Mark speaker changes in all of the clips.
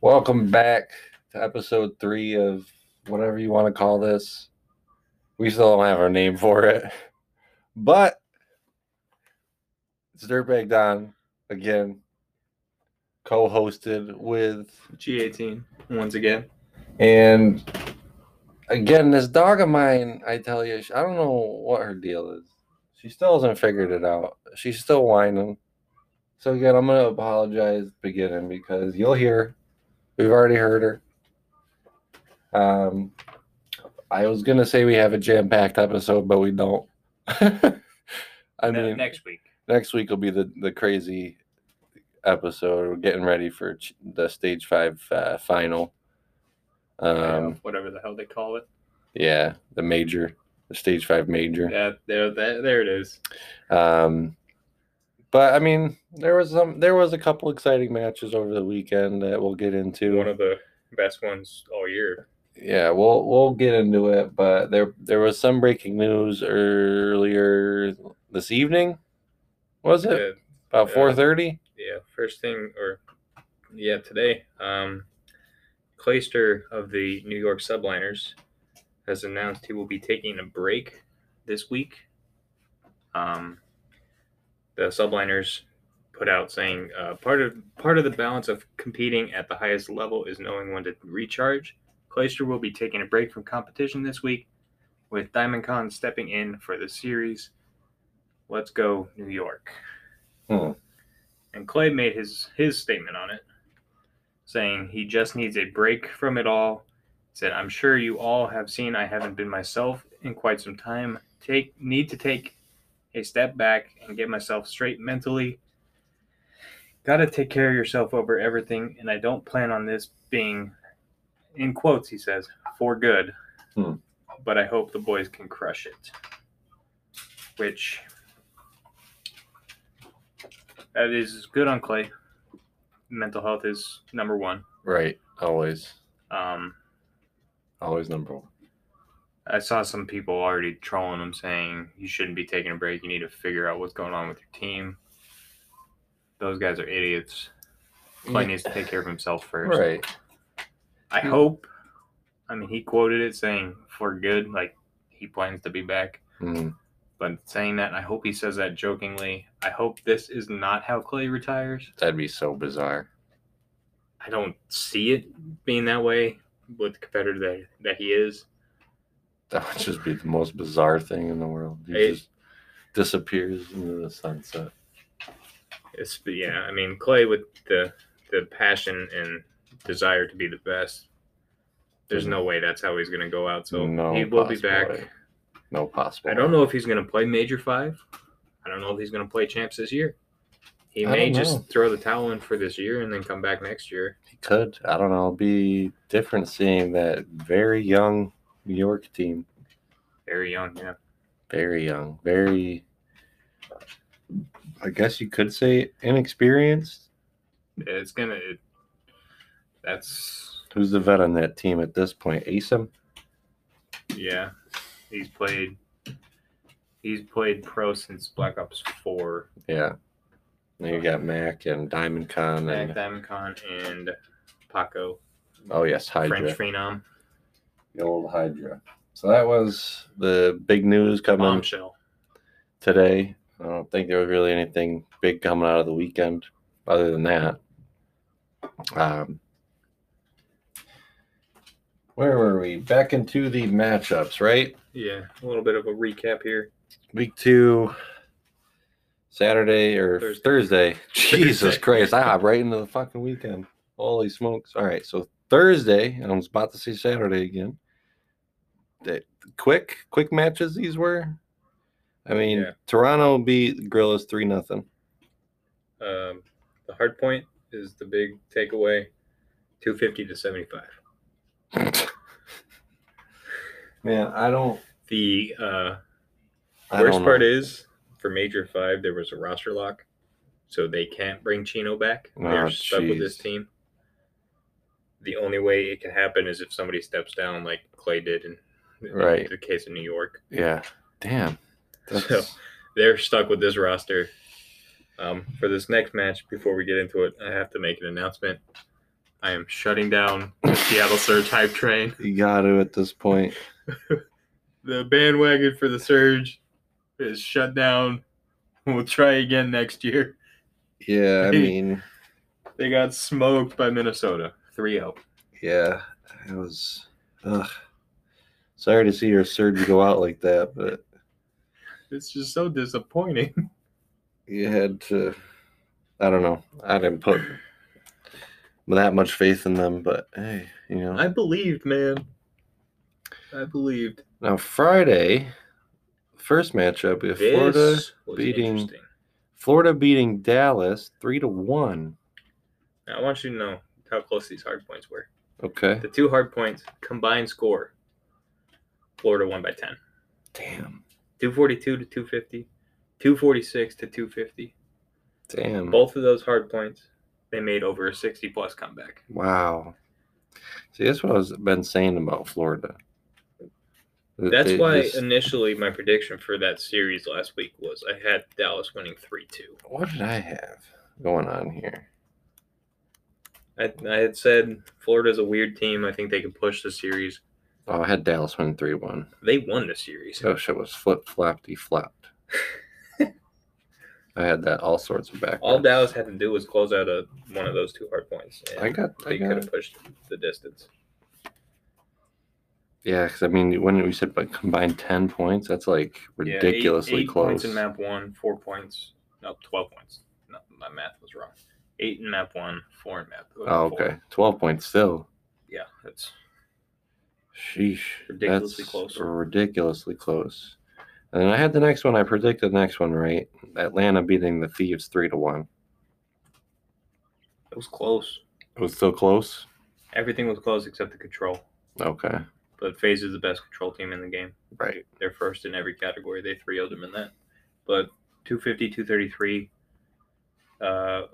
Speaker 1: Welcome back to episode three of whatever you want to call this. We still don't have our name for it, but it's Dirtbag Don again, co hosted with,
Speaker 2: G18 once again.
Speaker 1: and again, this dog of mine, I tell you, I don't know what her deal is. She still hasn't figured it out. She's still whining. So, again, I'm going to apologize at the beginning because you'll hear. We've already heard her. Um, I was going to say we have a jam packed episode, but we don't. I
Speaker 3: Ne-
Speaker 1: mean,
Speaker 3: next week.
Speaker 1: next week will be the, the crazy episode. We're getting ready for ch- the stage five uh, final. Um,
Speaker 2: whatever the hell they call it.
Speaker 1: yeah, the major, the stage five major.
Speaker 2: Yeah, there, there, there it is.
Speaker 1: Um, but I mean, there was some, there was a couple exciting matches over the weekend that we'll get into.
Speaker 2: One of the best ones all year.
Speaker 1: yeah, we'll we'll get into it, but there there was some breaking news earlier this evening. Was it
Speaker 2: Uh,
Speaker 1: about
Speaker 2: yeah.
Speaker 1: four thirty?
Speaker 2: yeah, first thing, or yeah, today, um, Clayster of the New York Subliners has announced he will be taking a break this week. Um, the Subliners put out saying uh, part of part of the balance of competing at the highest level is knowing when to recharge. Clayster will be taking a break from competition this week, with Diamond Con stepping in for the series. Let's go New York and Clay made his his statement on it, saying he just needs a break from it all. He said, "I'm sure you all have seen I haven't been myself in quite some time. Take need to take a step back and get myself straight mentally. Got to take care of yourself over everything, and I don't plan on this being." In quotes, he says, for good,
Speaker 1: Hmm.
Speaker 2: but I hope the boys can crush it. Which that is good on Clay. Mental health is number one.
Speaker 1: Right, always,
Speaker 2: Um,
Speaker 1: always number one.
Speaker 2: I saw some people already trolling him saying you shouldn't be taking a break. You need to figure out what's going on with your team. Those guys are idiots. Clay needs to take care of himself first.
Speaker 1: Right.
Speaker 2: I hope. I mean, he quoted it saying for good, like he plans to be back.
Speaker 1: Mm,
Speaker 2: But saying that, I hope he says that jokingly. I hope this is not how Clay retires.
Speaker 1: that'd be so bizarre.
Speaker 2: I don't see it being that way with the competitor that, that he is.
Speaker 1: That would just be the most bizarre thing in the world. He
Speaker 2: It-
Speaker 1: just disappears into the sunset.
Speaker 2: It's yeah, I mean Clay with the the passion and desire to be the best. There's no way that's how he's gonna go out. So
Speaker 1: No
Speaker 2: he will be
Speaker 1: possible
Speaker 2: back.
Speaker 1: way. No possible.
Speaker 2: I don't know if he's gonna play major five. I don't know if he's gonna play champs this year. He
Speaker 1: I
Speaker 2: may
Speaker 1: don't
Speaker 2: just
Speaker 1: know.
Speaker 2: throw the towel in for this year and then come back next year.
Speaker 1: He could. I don't know. It'll be different seeing that very young New York team.
Speaker 2: Very young, yeah.
Speaker 1: Very young. Very. I guess you could say inexperienced.
Speaker 2: It's gonna it, that's
Speaker 1: Who's the vet on that team at this point? Asim.
Speaker 2: Yeah, he's played. He's played pro since Black Ops Four.
Speaker 1: Yeah. Then you got Mac and Diamond Con
Speaker 2: Mac
Speaker 1: and
Speaker 2: Diamond Con and Paco,
Speaker 1: oh yes, Hydra.
Speaker 2: French Phenom,
Speaker 1: the old Hydra. So that was the big news coming
Speaker 2: Bombshell.
Speaker 1: today. I don't think there was really anything big coming out of the weekend other than that. Um, where were we? Back into the matchups, right?
Speaker 2: Yeah, a little bit of a recap here.
Speaker 1: Week two, Saturday or
Speaker 2: Thursday.
Speaker 1: Thursday. Jesus
Speaker 2: Thursday.
Speaker 1: Christ, I hop right into the fucking weekend. Holy smokes. All right, so Thursday, I was about to say Saturday again. That quick, quick matches these were. I mean,
Speaker 2: Yeah.
Speaker 1: Toronto beat Gorillas 3 nothing.
Speaker 2: Um, the hard point is the big takeaway. Two fifty to seventy five.
Speaker 1: Man, I don't.
Speaker 2: The uh,
Speaker 1: I
Speaker 2: worst
Speaker 1: don't
Speaker 2: part
Speaker 1: know.
Speaker 2: is for Major Five there was a roster lock, so they can't bring Chino back.
Speaker 1: Oh,
Speaker 2: They're stuck with this
Speaker 1: jeez.
Speaker 2: team. The only way it can happen is if somebody steps down, like Clay did in, in
Speaker 1: Right.
Speaker 2: the case of New York.
Speaker 1: Yeah. Damn.
Speaker 2: So-
Speaker 1: That's-
Speaker 2: They're stuck with this roster. Um, for this next match, before we get into it, I have to make an announcement. I am shutting down the Seattle Surge hype train.
Speaker 1: You got to at this point.
Speaker 2: The bandwagon for the Surge is shut down. We'll try again next year.
Speaker 1: Yeah, I
Speaker 2: Hey.
Speaker 1: mean,
Speaker 2: They got smoked by Minnesota oh. 3 0.
Speaker 1: yeah, it was. Ugh. Sorry to see your surge go out like that, but
Speaker 2: It's just so disappointing.
Speaker 1: you had to. I don't know. I didn't put that much faith in them, but hey, you know.
Speaker 2: I believed, man. I believed.
Speaker 1: Now Friday, first matchup is Florida
Speaker 2: This was
Speaker 1: beating-
Speaker 2: interesting.
Speaker 1: Florida beating Dallas three to one.
Speaker 2: Now, I want you to know how close these hard points were.
Speaker 1: Okay.
Speaker 2: The two hard points combined score. Florida won by 10.
Speaker 1: Damn.
Speaker 2: 242 to 250. 246 to 250.
Speaker 1: Damn.
Speaker 2: Both of those hard points, they made over a 60 plus comeback.
Speaker 1: Wow. See, that's what I've been saying about Florida. That
Speaker 2: That's
Speaker 1: they
Speaker 2: why
Speaker 1: just-
Speaker 2: initially my prediction for that series last week was I had Dallas winning 3 2.
Speaker 1: what did I have going on here?
Speaker 2: I, I had said Florida's a weird team. I think they could push the series.
Speaker 1: Oh, I had Dallas win three one.
Speaker 2: They won the series.
Speaker 1: Oh shit, was flip floppy flopped. I had that all sorts of back.
Speaker 2: All Dallas had to do was close out a, one of those two hard points. and
Speaker 1: I got. I
Speaker 2: they could
Speaker 1: got
Speaker 2: have pushed the distance.
Speaker 1: yeah, because I mean, when we said like combined ten points, that's like
Speaker 2: Yeah, eight-
Speaker 1: ridiculously
Speaker 2: eight
Speaker 1: close.
Speaker 2: points in map one, four points. No, twelve points. No, my math was wrong. Eight in map one, four in map. uh, Four.
Speaker 1: Oh, okay. 12 points still.
Speaker 2: Yeah, that's
Speaker 1: Sheesh.
Speaker 2: Ridiculously
Speaker 1: that's
Speaker 2: close.
Speaker 1: Ridiculously close. And then I had the next one. I predicted the next one right. Atlanta beating the Thieves 3 to 1.
Speaker 2: it was close.
Speaker 1: It was still close?
Speaker 2: Everything was close except the control.
Speaker 1: Okay.
Speaker 2: But FaZe is the best control team in the game.
Speaker 1: Right.
Speaker 2: They're first in every category. They 3 0 them in that. But 250, 233, uh,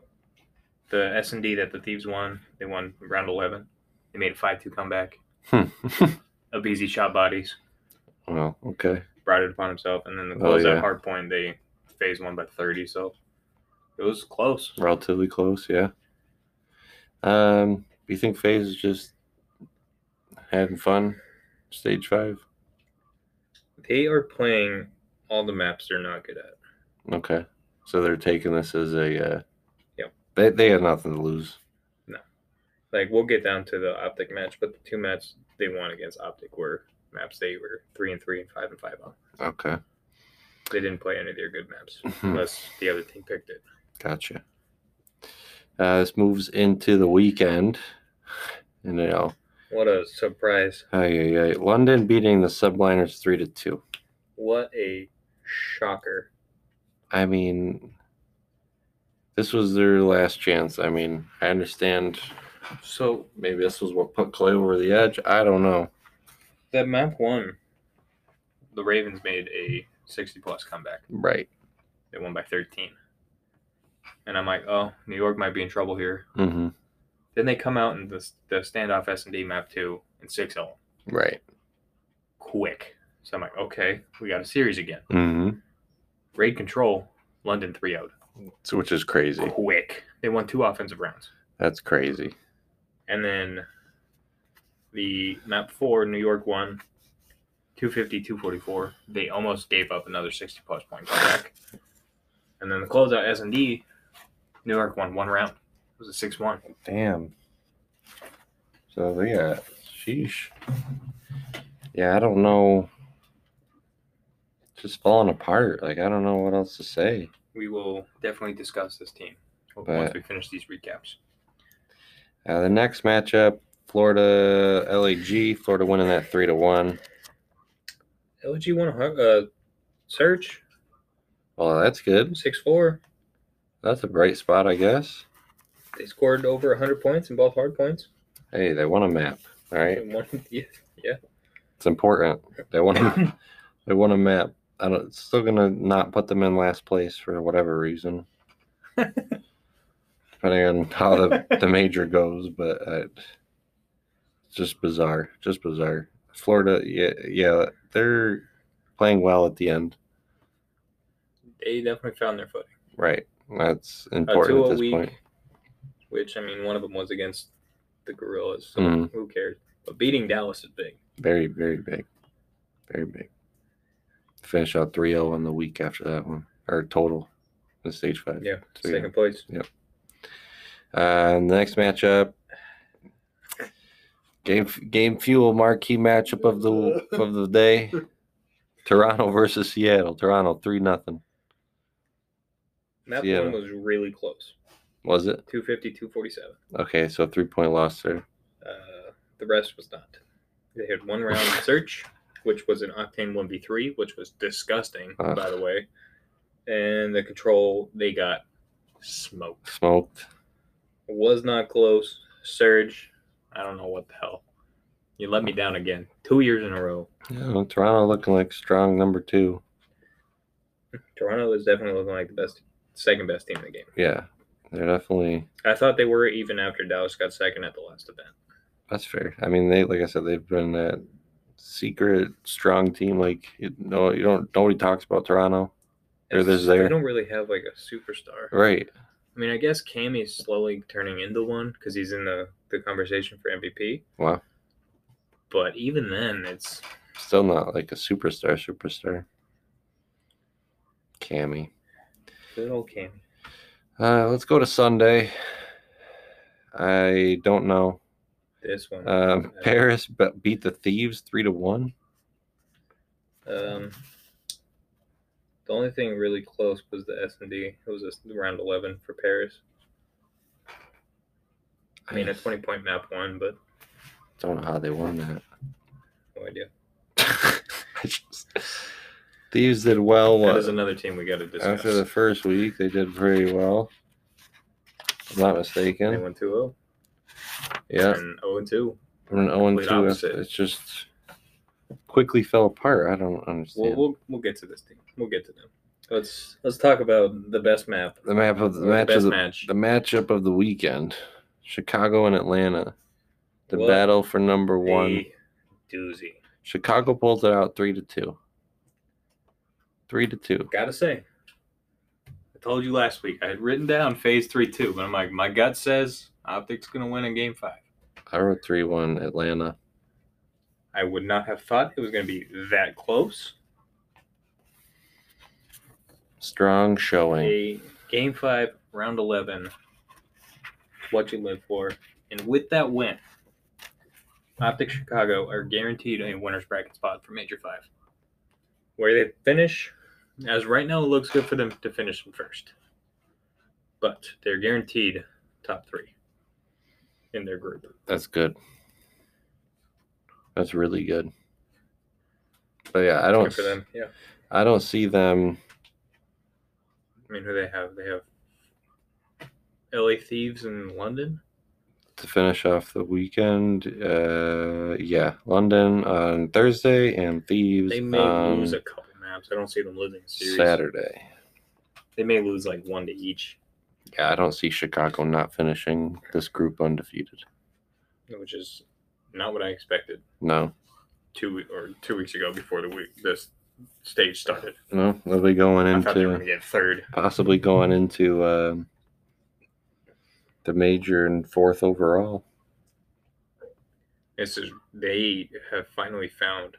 Speaker 2: the S&D that the Thieves won, they won round 11. They made a 5 2 comeback.
Speaker 1: Hmm.
Speaker 2: Abizi shot bodies,
Speaker 1: well, okay.
Speaker 2: brought it upon himself. And then the
Speaker 1: Oh,
Speaker 2: closeout
Speaker 1: yeah.
Speaker 2: hard point, they phase one by 30. So it was close.
Speaker 1: Relatively close, yeah. Um, you think FaZe is just having fun? Stage 5?
Speaker 2: They are playing all the maps they're not good at.
Speaker 1: Okay. So they're taking this as a. Uh,
Speaker 2: Yep.
Speaker 1: They, they have nothing to lose.
Speaker 2: Like, we'll get down to the Optic match, but the two maps they won against Optic were maps they were 3 and 3 and 5 and 5 on.
Speaker 1: Okay.
Speaker 2: They didn't play any of their good maps.
Speaker 1: Hmm.
Speaker 2: unless the other team picked it.
Speaker 1: Gotcha. Uh, this moves into the weekend. You know,
Speaker 2: What a surprise!
Speaker 1: ay, ay, ay. London beating the Subliners three to two.
Speaker 2: What a shocker!
Speaker 1: I mean, this was their last chance. I mean, I understand.
Speaker 2: So
Speaker 1: Maybe this was what put Clay over the edge. I don't know.
Speaker 2: that map one, the Ravens made a sixty-plus comeback.
Speaker 1: Right.
Speaker 2: They won by thirteen, and I'm like, oh, New York might be in trouble here.
Speaker 1: Mm-hmm.
Speaker 2: Then they come out in the the standoff S and D map two and six L
Speaker 1: Right.
Speaker 2: quick. So I'm like, okay, we got a series again.
Speaker 1: Mm-hmm.
Speaker 2: Raid control, London three out
Speaker 1: So, which is crazy.
Speaker 2: quick. They won two offensive rounds.
Speaker 1: That's crazy.
Speaker 2: And then the map four, New York won 250, 244. They almost gave up another 60 plus point comeback. And then the closeout S and D, New York won one round. It was a six one.
Speaker 1: Damn. So they got sheesh. Yeah, I don't know. Just falling apart. Like I don't know what else to say.
Speaker 2: We will definitely discuss this team once
Speaker 1: But-
Speaker 2: we finish these recaps.
Speaker 1: Uh, the next matchup, Florida LAG. Florida winning that three to one.
Speaker 2: LG won a hu- uh, search
Speaker 1: Well, that's good.
Speaker 2: six four.
Speaker 1: That's a bright spot, I guess.
Speaker 2: They scored over 100 points in both hard points.
Speaker 1: Hey, they won a map. All right,
Speaker 2: And one- yeah.
Speaker 1: it's important. They won. A, they won a map. I don't. It's still gonna not put them in last place for whatever reason. Depending on how the, the major goes, but uh, it's just bizarre. Just bizarre. Florida, yeah, yeah, they're playing well at the end,
Speaker 2: They definitely found their footing.
Speaker 1: right? That's
Speaker 2: uh, two
Speaker 1: important at
Speaker 2: a
Speaker 1: this
Speaker 2: week,
Speaker 1: point.
Speaker 2: which I mean, one of them was against the Gorillas. So
Speaker 1: Mhm.
Speaker 2: Who cares? But beating Dallas is big.
Speaker 1: Very, very big. Very big. Finish out 3 0 in the week after that one, or total in stage five.
Speaker 2: Yeah,
Speaker 1: So, yeah.
Speaker 2: second place.
Speaker 1: Uh, next matchup, game game fuel marquee matchup of the of the day, Toronto versus Seattle. Toronto three nothing.
Speaker 2: That
Speaker 1: Seattle.
Speaker 2: one was really close.
Speaker 1: Was it
Speaker 2: 250, 247.
Speaker 1: okay? So three point loss there.
Speaker 2: Uh, the rest was not. They had one round of search, which was an octane 1v3, which was disgusting,
Speaker 1: Ugh.
Speaker 2: by the way. And the control, they got smoked.
Speaker 1: Smoked.
Speaker 2: Was not close. Surge, I don't know what the hell. You let me down again. Two years in a row.
Speaker 1: Yeah, Toronto looking like strong number two.
Speaker 2: Toronto is definitely looking like the best, second best team in the game.
Speaker 1: Yeah, they're definitely
Speaker 2: I thought they were even after Dallas got second at the last event.
Speaker 1: That's fair. I mean, they like I said, they've been a secret strong team. Like you know, you don't nobody talks about Toronto. They're
Speaker 2: It's-
Speaker 1: just there.
Speaker 2: They don't really have like a superstar.
Speaker 1: Right.
Speaker 2: I mean, I guess Cammy's slowly turning into one because he's in the, the conversation for MVP.
Speaker 1: Wow.
Speaker 2: But even then, it's
Speaker 1: Still not like a superstar. Superstar. Cammy.
Speaker 2: good old Cammy.
Speaker 1: Uh, let's go to Sunday. I don't know.
Speaker 2: This one.
Speaker 1: Um, Paris be- beat the Thieves three to one.
Speaker 2: Um, the only thing really close was the S and D. It was a s- round eleven for Paris. I mean, a twenty point map won, but
Speaker 1: don't know how they won that.
Speaker 2: no idea.
Speaker 1: I just- Thieves did well.
Speaker 2: That
Speaker 1: uh,
Speaker 2: is another team we got to discuss.
Speaker 1: After the first week, they did pretty well. If I'm not
Speaker 2: they
Speaker 1: mistaken.
Speaker 2: won 2-0
Speaker 1: Yeah,
Speaker 2: and 0-2.
Speaker 1: we're an 0 2.
Speaker 2: Complete
Speaker 1: It's-
Speaker 2: opposite.
Speaker 1: It's just quickly fell apart. I don't
Speaker 2: We'll,
Speaker 1: understand.
Speaker 2: we'll we'll get to this team. We'll get to them. Let's let's talk about the best map.
Speaker 1: the map of the
Speaker 2: or
Speaker 1: match of
Speaker 2: best
Speaker 1: the,
Speaker 2: match.
Speaker 1: the matchup of the weekend, Chicago and Atlanta, the
Speaker 2: What
Speaker 1: battle for number
Speaker 2: a
Speaker 1: one.
Speaker 2: doozy.
Speaker 1: Chicago pulls it out three to two. Three to two.
Speaker 2: Gotta say, I told you last week I had written down phase three two, but I'm like my gut says optics gonna win in game five.
Speaker 1: I wrote three one Atlanta.
Speaker 2: I would not have thought it was gonna be that close.
Speaker 1: Strong showing.
Speaker 2: A game five round eleven. What you live for, and with that win, Optic Chicago are guaranteed a winners bracket spot for Major Five, where they finish. As right now, it looks good for them to finish in first, but they're guaranteed top three in their group.
Speaker 1: That's good. That's really good. But yeah, I don't
Speaker 2: Good for them, yeah.
Speaker 1: I don't see them.
Speaker 2: I mean, who they have? They have LA Thieves in London.
Speaker 1: to finish off the weekend. Uh, yeah, London on Thursday and Thieves
Speaker 2: They may
Speaker 1: on
Speaker 2: lose a couple maps. I don't see them losing a series.
Speaker 1: Um, Saturday.
Speaker 2: They may lose like one to each.
Speaker 1: Yeah, I don't see Chicago not finishing this group undefeated.
Speaker 2: which is not what I expected
Speaker 1: No,
Speaker 2: two we- or two weeks ago before the week this stage started.
Speaker 1: no, they'll be going
Speaker 2: I thought they were
Speaker 1: into
Speaker 2: going to get third.
Speaker 1: possibly going into um, the major and fourth overall.
Speaker 2: This is they have finally found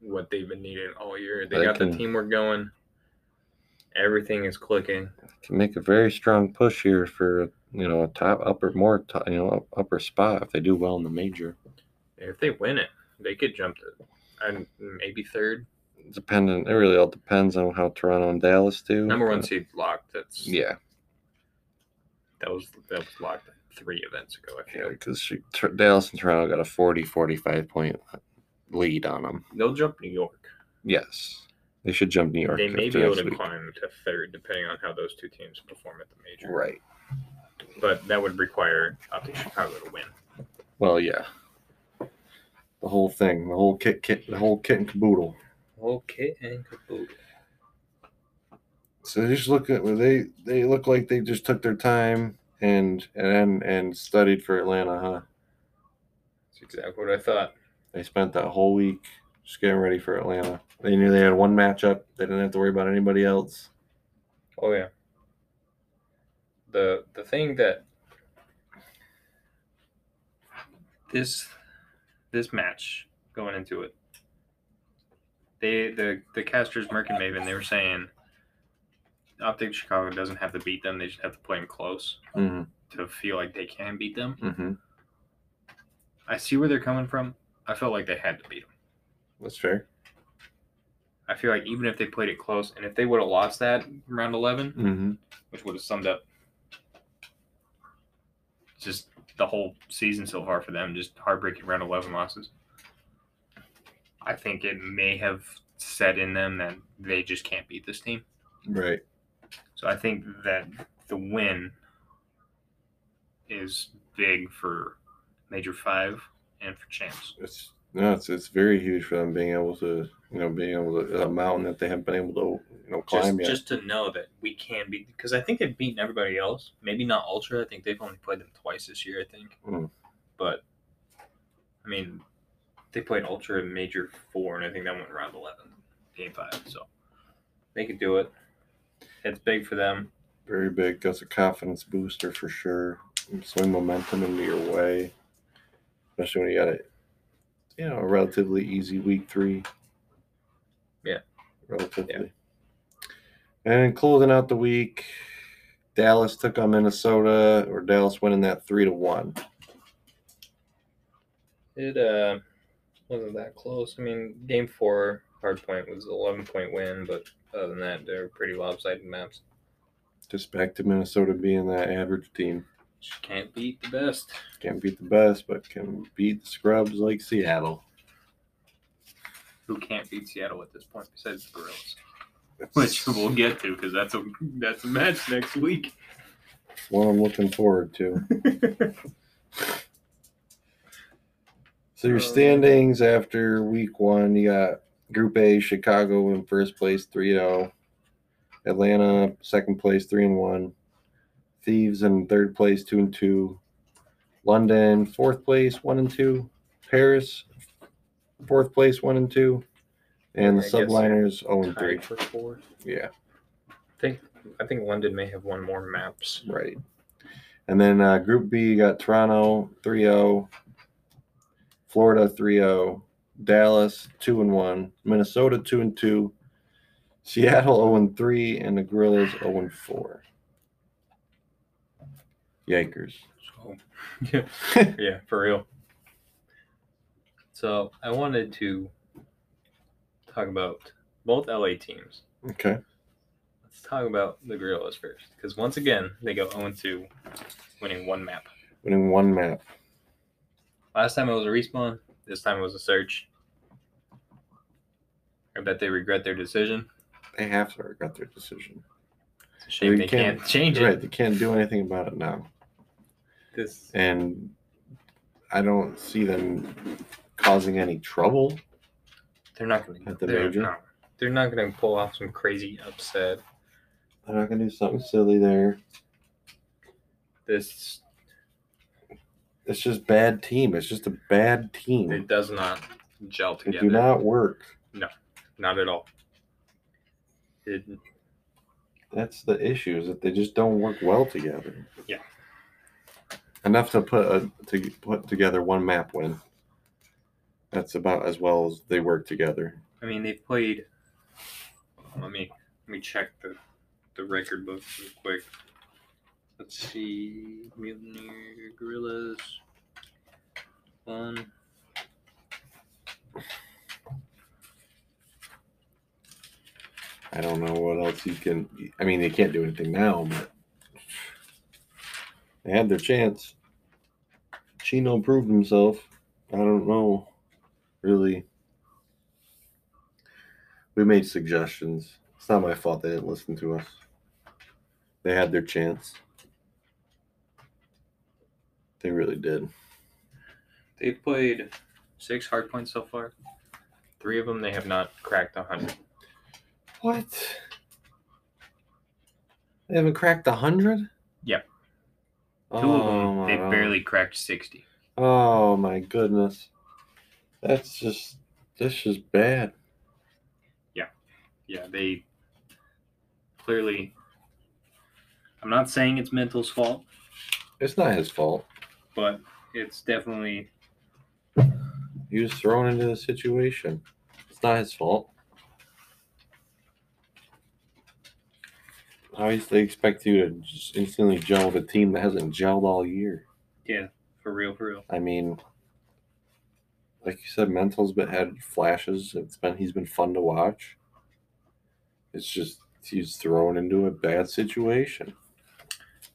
Speaker 2: what they've been needing all year. They
Speaker 1: They
Speaker 2: got
Speaker 1: can-
Speaker 2: the teamwork going. Everything is clicking.
Speaker 1: Can make a very strong push here for you know a top upper more top, you know upper spot if they do well in the major.
Speaker 2: If they win it, they could jump to and maybe third.
Speaker 1: Dependent, it really all depends on how Toronto and Dallas do.
Speaker 2: Number one
Speaker 1: but-
Speaker 2: seed locked. That's
Speaker 1: Yeah,
Speaker 2: that was that was locked three events ago. I
Speaker 1: Yeah,
Speaker 2: feel
Speaker 1: because Dallas and Toronto got a 40 45 point lead on them.
Speaker 2: they'll jump New York.
Speaker 1: Yes. They should jump New York.
Speaker 2: They may
Speaker 1: after
Speaker 2: be able
Speaker 1: next
Speaker 2: to
Speaker 1: week.
Speaker 2: climb to third, depending on how those two teams perform at the major.
Speaker 1: Right.
Speaker 2: but that would require Optic Chicago to win.
Speaker 1: Well, yeah. The whole thing, the whole kit, kit the whole kit and caboodle.
Speaker 2: Okay, and caboodle.
Speaker 1: So they just look at they they look like they just took their time and and and studied for Atlanta, huh?
Speaker 2: That's exactly what I thought.
Speaker 1: They spent that whole week just getting ready for Atlanta. They knew they had one matchup. They didn't have to worry about anybody else.
Speaker 2: Oh yeah. The the thing that this this match going into it. They the the casters Merc and Maven they were saying Optic Chicago doesn't have to beat them. They just have to play them close
Speaker 1: Mm-hmm.
Speaker 2: to feel like they can beat them.
Speaker 1: Mm-hmm.
Speaker 2: I see where they're coming from. I felt like they had to beat them.
Speaker 1: That's fair.
Speaker 2: I feel like even if they played it close, and if they would have lost that round eleven,
Speaker 1: Mm-hmm.
Speaker 2: which would have summed up just the whole season so far for them, just heartbreaking round 11 losses. I think it may have set in them that they just can't beat this team.
Speaker 1: Right.
Speaker 2: So I think that the win is big for Major Five and for champs.
Speaker 1: It's no, it's it's very huge for them being able to, you know, being able to a mountain that they haven't been able to, you know, climb
Speaker 2: Just,
Speaker 1: yet.
Speaker 2: just to know that we can beat, because I think they've beaten everybody else. Maybe not Ultra. I think they've only played them twice this year, I think.
Speaker 1: Mm.
Speaker 2: But, I mean, they played Ultra in Major 4, and I think that went round 11, game 5. So, they could do it. It's big for them.
Speaker 1: very big. That's a confidence booster for sure. Swing momentum into your way, especially when you got a, you know, a relatively easy week three.
Speaker 2: Yeah.
Speaker 1: relatively. And closing out the week, Dallas took on Minnesota, or Dallas winning that three to one.
Speaker 2: It uh, wasn't that close. I mean, game 4, hard point was 11 point win, but other than that, they're pretty lopsided maps.
Speaker 1: Just back to Minnesota being that average team.
Speaker 2: Just can't beat the best.
Speaker 1: Can't beat the best, but can beat the scrubs like Seattle.
Speaker 2: Who can't beat Seattle at this point besides the Gorillas?
Speaker 1: That's
Speaker 2: which we'll get to because that's a that's a match next week.
Speaker 1: what I'm looking forward to. So your
Speaker 2: Uh,
Speaker 1: standings after week one, you got Group A, Chicago in first place, 3 0. Atlanta, second place, 3 and 1. Thieves in third place, 2 and 2. London, fourth place, 1 and 2. Paris, fourth place, 1 and 2. And the
Speaker 2: I guess they're
Speaker 1: subliners, 0 and 3.
Speaker 2: Tied for fourth.
Speaker 1: Yeah.
Speaker 2: I think I think London may have one more maps.
Speaker 1: Right. And then uh, Group B, you got Toronto 3 0, Florida 3 0, Dallas 2 and 1, Minnesota 2 and 2, Seattle 0 and 3, and the Gorillas 0 and 4. Yankers.
Speaker 2: So yeah, yeah, for real. So I wanted to talk about both LA teams.
Speaker 1: Okay.
Speaker 2: Let's talk about the Gorillas first, because once again they go 0-2, winning one map.
Speaker 1: Winning one map.
Speaker 2: Last time it was a respawn. This time it was a search. I bet they regret their decision.
Speaker 1: They have to regret their decision.
Speaker 2: It's a shame
Speaker 1: They
Speaker 2: they,
Speaker 1: can't-
Speaker 2: can't, change it.
Speaker 1: Right. They can't do anything about it now.
Speaker 2: This
Speaker 1: And I don't see them causing any trouble.
Speaker 2: They're not going to
Speaker 1: At the
Speaker 2: they're,
Speaker 1: major?
Speaker 2: no. they're not going to pull off some crazy upset.
Speaker 1: They're not going to do something silly there.
Speaker 2: This
Speaker 1: It's just bad team. It's just a bad team.
Speaker 2: it does not gel
Speaker 1: They
Speaker 2: together.
Speaker 1: do not work.
Speaker 2: Not at all. It,
Speaker 1: That's the issue is that they just don't work well together.
Speaker 2: Yeah.
Speaker 1: Enough to put a, to put together one map win. That's about as well as they work together.
Speaker 2: I mean, they played. Let me let me check the the record book real quick. Let's see, Mutineer Gorillas. One.
Speaker 1: I don't know what else you can. I mean, they can't do anything now, but they had their chance. Chino proved himself. I don't know, really. We made suggestions. It's not my fault they didn't listen to us. They had their chance. They really did.
Speaker 2: They've played six hard points so far. Three of them they have not cracked a hundred.
Speaker 1: What? They haven't cracked a hundred. Oh
Speaker 2: Yep.
Speaker 1: Two
Speaker 2: Two of them they barely cracked sixty.
Speaker 1: Oh my goodness. That's just this is bad.
Speaker 2: yeah, they clearly. I'm not saying it's mental's fault,
Speaker 1: It's not his fault.
Speaker 2: but it's definitely
Speaker 1: He was thrown into the situation. It's not his fault. How is they expect you to just instantly gel with a team that hasn't gelled all year?
Speaker 2: Yeah, for real, for real.
Speaker 1: I mean, like you said, Mental's been had flashes. It's been he's been fun to watch. It's just he's thrown into a bad situation.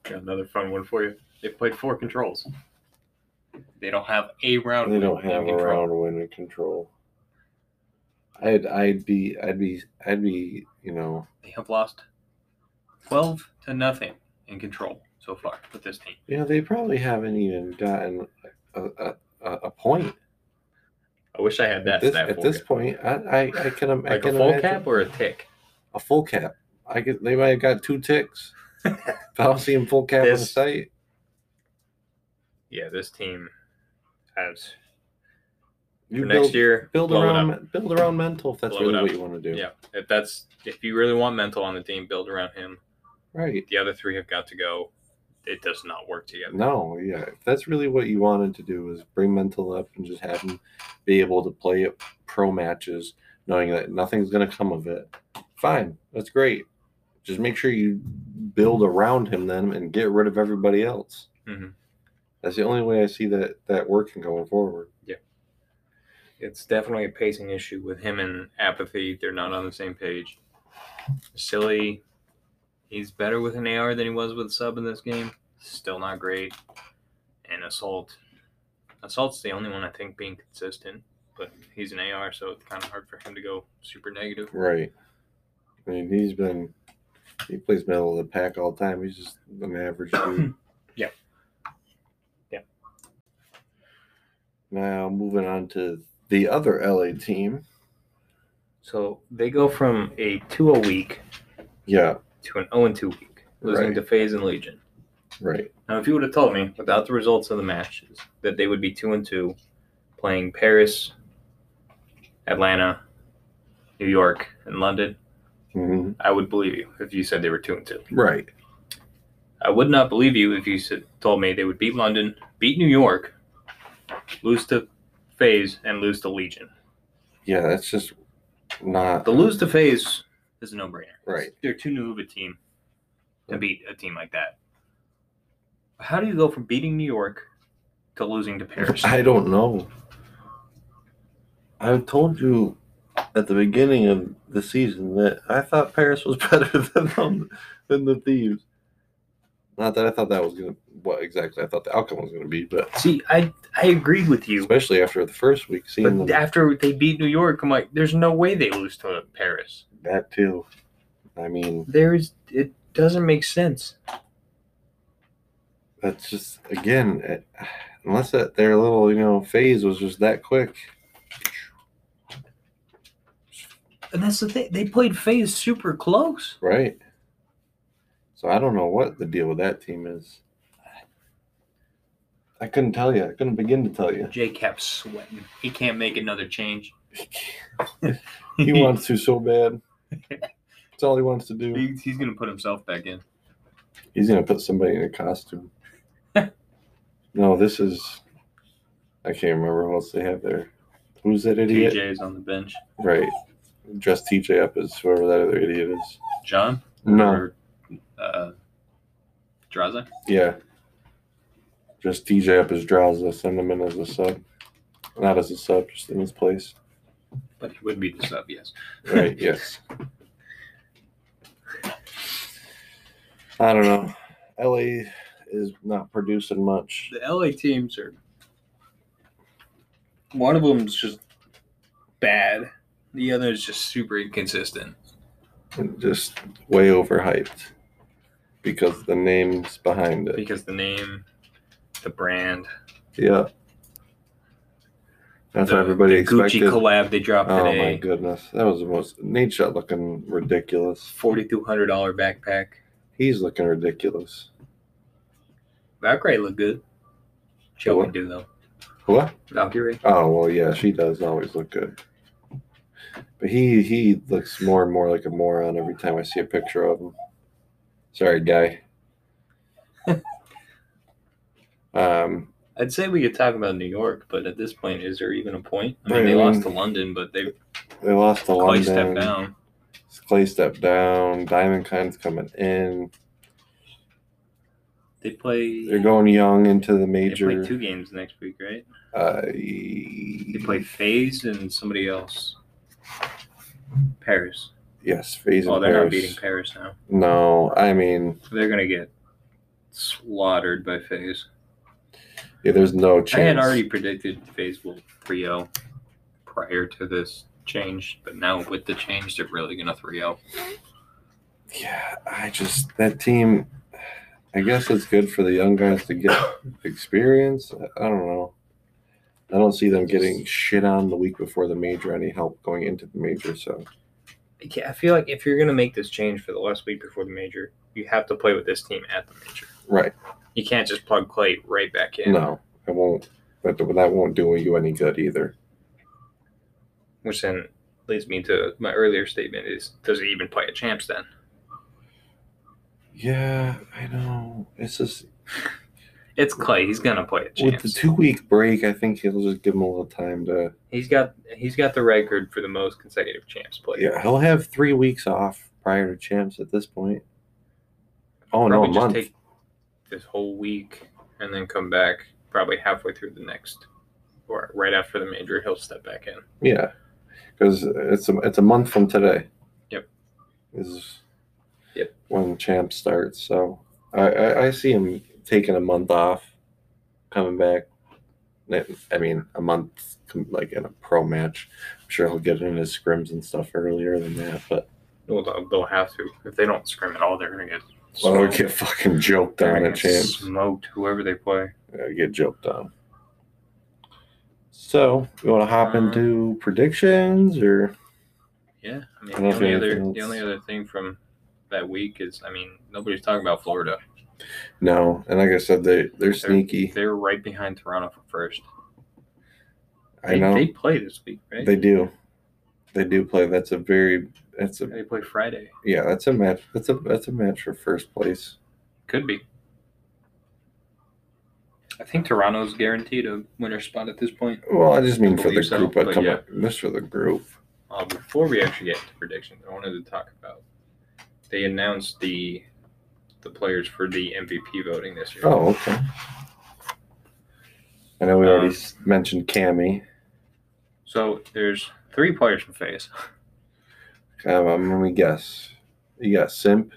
Speaker 2: Got another fun one for you. They played four controls. They don't have a round.
Speaker 1: They
Speaker 2: win
Speaker 1: don't
Speaker 2: in
Speaker 1: have a
Speaker 2: control.
Speaker 1: round win in control. I'd I'd be I'd be I'd be you know
Speaker 2: They have lost twelve to nothing in control so far with this team.
Speaker 1: you know they probably haven't even gotten a a, a, a point
Speaker 2: I wish I had that
Speaker 1: at this,
Speaker 2: stat
Speaker 1: at
Speaker 2: for
Speaker 1: this
Speaker 2: you.
Speaker 1: point. I I, I can im- I
Speaker 2: like a
Speaker 1: can
Speaker 2: full
Speaker 1: imagine-
Speaker 2: cap or a tick.
Speaker 1: a full cap. I could they might have got two ticks. if I don't see him full cap on the
Speaker 2: This-
Speaker 1: site.
Speaker 2: Yeah, this team has
Speaker 1: You
Speaker 2: for
Speaker 1: build,
Speaker 2: next year.
Speaker 1: build
Speaker 2: blow it up.
Speaker 1: around build around mental if that's
Speaker 2: Blow it
Speaker 1: really
Speaker 2: up.
Speaker 1: what you want to do.
Speaker 2: Yeah, if that's if you really want mental on the team, build around him.
Speaker 1: Right.
Speaker 2: The other three have got to go. It does not work together.
Speaker 1: No, yeah. If that's really what you wanted to do is bring mental up and just have him be able to play pro matches, knowing that nothing's gonna come of it. Fine, that's great. Just make sure you build around him then and get rid of everybody else.
Speaker 2: Mhm.
Speaker 1: That's the only way I see that that working going forward.
Speaker 2: It's definitely a pacing issue with him and apathy. They're not on the same page. Silly, he's better with an AR than he was with a sub in this game. Still not great. And assault, assault's the only one I think being consistent. But he's an AR, so it's kind of hard for him to go super negative.
Speaker 1: Right. I mean, he's been he plays middle of the pack all the time. He's just an average dude.
Speaker 2: Yeah. Yeah.
Speaker 1: Now moving on to the other LA team.
Speaker 2: So they go from a two a week
Speaker 1: Yeah,
Speaker 2: to an 0 2 week, losing
Speaker 1: Right.
Speaker 2: to FaZe and Legion.
Speaker 1: right.
Speaker 2: Now, if you would have told me without the results of the matches that they would be 2 and 2 playing Paris, Atlanta, New York, and London,
Speaker 1: hmm
Speaker 2: I would believe you if you said they were 2 and 2.
Speaker 1: Right.
Speaker 2: I would not believe you if you said, told me they would beat London, beat New York, lose to FaZe, and lose to Legion.
Speaker 1: Yeah, that's just not
Speaker 2: The lose to FaZe is a no brainer.
Speaker 1: Right.
Speaker 2: They're too new of a team to beat a team like that. How do you go from beating New York to losing to Paris?
Speaker 1: I don't know. I told you at the beginning of the season that I thought Paris was better than them, than the Thieves. Not that I thought that was gonna what exactly I thought the outcome was gonna be, but
Speaker 2: See, I I agreed with you,
Speaker 1: especially after the first week, seeing
Speaker 2: but
Speaker 1: them
Speaker 2: after they beat New York, I'm like, there's no way they lose to Paris.
Speaker 1: that too. I mean,
Speaker 2: There's it doesn't make sense.
Speaker 1: that's just again, it- unless that their little you know phase was just that quick.
Speaker 2: And that's the thing; they played Phase super close.
Speaker 1: Right. So I don't know what the deal with that team is. I couldn't tell you. I couldn't begin to tell you.
Speaker 2: J Cap's sweating; he can't make another change.
Speaker 1: He wants to so bad. That's all he wants to do.
Speaker 2: He- he's gonna put himself back in.
Speaker 1: He's gonna put somebody in a costume. no, this is. I can't remember who else they have there. Who's that idiot?
Speaker 2: TJ's on the bench.
Speaker 1: Right. Dress TJ up as whoever that other idiot is.
Speaker 2: John
Speaker 1: No.
Speaker 2: or uh, Draza.
Speaker 1: Yeah. Dress TJ up as Drowsa. Send him in as a sub. Not as a sub, just in his place.
Speaker 2: But he would be the sub, yes.
Speaker 1: Right, yes. I don't know. LA is not producing much.
Speaker 2: the LA teams are one of them's just bad. The other is just super inconsistent.
Speaker 1: and Just way overhyped because the names behind it.
Speaker 2: Because the name, the brand,
Speaker 1: Yeah. That's
Speaker 2: the,
Speaker 1: what everybody
Speaker 2: the
Speaker 1: expected.
Speaker 2: Gucci collab they dropped
Speaker 1: oh my
Speaker 2: today.
Speaker 1: goodness. That was the most Nate shot looking ridiculous.
Speaker 2: Forty two hundred dollar backpack.
Speaker 1: He's looking ridiculous.
Speaker 2: Valkyrie looked good. She
Speaker 1: What?
Speaker 2: would do though.
Speaker 1: What?
Speaker 2: Valkyrie.
Speaker 1: Oh well yeah, she does always look good. But he he looks more and more like a moron every time I see a picture of him. Sorry, guy. um
Speaker 2: I'd say we could talk about New York, but at this point, is there even a point? I
Speaker 1: Right,
Speaker 2: mean, they
Speaker 1: I
Speaker 2: lost
Speaker 1: mean,
Speaker 2: to London, but they
Speaker 1: They lost to
Speaker 2: quite
Speaker 1: London.
Speaker 2: stepped down.
Speaker 1: Clay stepped down. Diamond Kind's coming in.
Speaker 2: They play.
Speaker 1: They're going young into the
Speaker 2: They play
Speaker 1: major.
Speaker 2: two games next week, right?
Speaker 1: Uh,
Speaker 2: They play Phase and somebody else. Paris.
Speaker 1: yes, phase
Speaker 2: oh,
Speaker 1: in
Speaker 2: they're
Speaker 1: Paris.
Speaker 2: not beating Paris now.
Speaker 1: No, I mean,
Speaker 2: They're gonna get slaughtered by Phase.
Speaker 1: yeah, there's no chance.
Speaker 2: I had already predicted Phase will 3-0 prior to this change, but now with the change, they're really gonna oh. 3-0.
Speaker 1: Yeah, I just that team. I guess it's good for the young guys to get experience. I don't know. I don't see them getting shit on the week before the major. Any help going into the major? So
Speaker 2: Yeah, I feel like if you're gonna make this change for the last week before the major, you have to play with this team at the major.
Speaker 1: right,
Speaker 2: You can't just plug Clay right back in,
Speaker 1: no, I won't. That that won't do you any good either.
Speaker 2: which then leads me to my earlier statement: is does he even play a champs then?
Speaker 1: Yeah, I know. It's just
Speaker 2: It's Clay. He's gonna play a
Speaker 1: with
Speaker 2: champs.
Speaker 1: the two week break. I think it'll just give him a little time to.
Speaker 2: he's got he's got the record for the most consecutive champs played.
Speaker 1: Yeah, he'll have three weeks off prior to champs at this point. Oh no, a
Speaker 2: probably just
Speaker 1: month.
Speaker 2: take this whole week and then come back probably halfway through the next or right after the major he'll step back in
Speaker 1: Yeah, because it's a it's a month from today.
Speaker 2: Yep.
Speaker 1: Is
Speaker 2: Yep.
Speaker 1: when champ starts. So I, I I see him taking a month off, coming back. I- I mean, a month com- like in a pro match. I'm sure he'll get in his scrims and stuff earlier than that, but
Speaker 2: well they'll, they'll have to if they don't scrim at all they're gonna get
Speaker 1: well, they'll
Speaker 2: smoked.
Speaker 1: get fucking joked
Speaker 2: They're
Speaker 1: on
Speaker 2: gonna
Speaker 1: at
Speaker 2: get
Speaker 1: champs.
Speaker 2: smoked whoever they play
Speaker 1: Yeah, get joked on. So, you want to hop
Speaker 2: Um,
Speaker 1: into predictions or?
Speaker 2: yeah i mean
Speaker 1: I don't
Speaker 2: the
Speaker 1: think
Speaker 2: only other
Speaker 1: anything
Speaker 2: the
Speaker 1: else.
Speaker 2: only other thing from that week is i mean nobody's talking about florida
Speaker 1: No, and like I said, they they're sneaky.
Speaker 2: they're right behind toronto for first
Speaker 1: I
Speaker 2: They-
Speaker 1: know
Speaker 2: they
Speaker 1: they,
Speaker 2: play this week right
Speaker 1: do. They do play. That's a very that's a
Speaker 2: they play friday
Speaker 1: yeah that's a match that's a that's a match for first place.
Speaker 2: Could be. I think Toronto's guaranteed a winner spot at this point.
Speaker 1: Well, I just mean
Speaker 2: I
Speaker 1: for the
Speaker 2: believe so,
Speaker 1: group. I
Speaker 2: but
Speaker 1: come
Speaker 2: yeah.
Speaker 1: up this for the group.
Speaker 2: Uh, before we actually get into predictions, I wanted to talk about they announced the the players for the MVP voting this year.
Speaker 1: Oh, okay. I know we already
Speaker 2: Um,
Speaker 1: s- mentioned Cammy.
Speaker 2: So there's three players from Phase.
Speaker 1: Um, let me guess. You got Simp.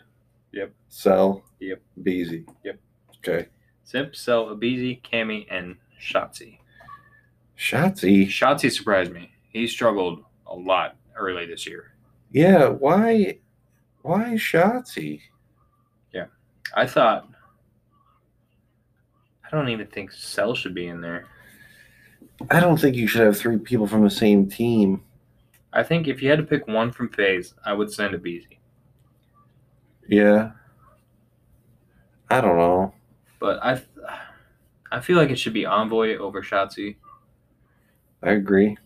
Speaker 2: Yep.
Speaker 1: Cell.
Speaker 2: Yep.
Speaker 1: Beezy.
Speaker 2: Yep.
Speaker 1: Okay.
Speaker 2: Zip, Cell, Abizi, Cami, and Shotzi.
Speaker 1: Shotzi.
Speaker 2: Shotzi surprised me. He struggled a lot early this year.
Speaker 1: Yeah. Why? Why Shotzi?
Speaker 2: I thought I don't even think Cell should be in there.
Speaker 1: I don't think you should have three people from the same team.
Speaker 2: I think if you had to pick one from Phase, I would send Abizi.
Speaker 1: Yeah. I don't know.
Speaker 2: But I, I feel like it should be Envoy over Shotzi.
Speaker 1: I agree.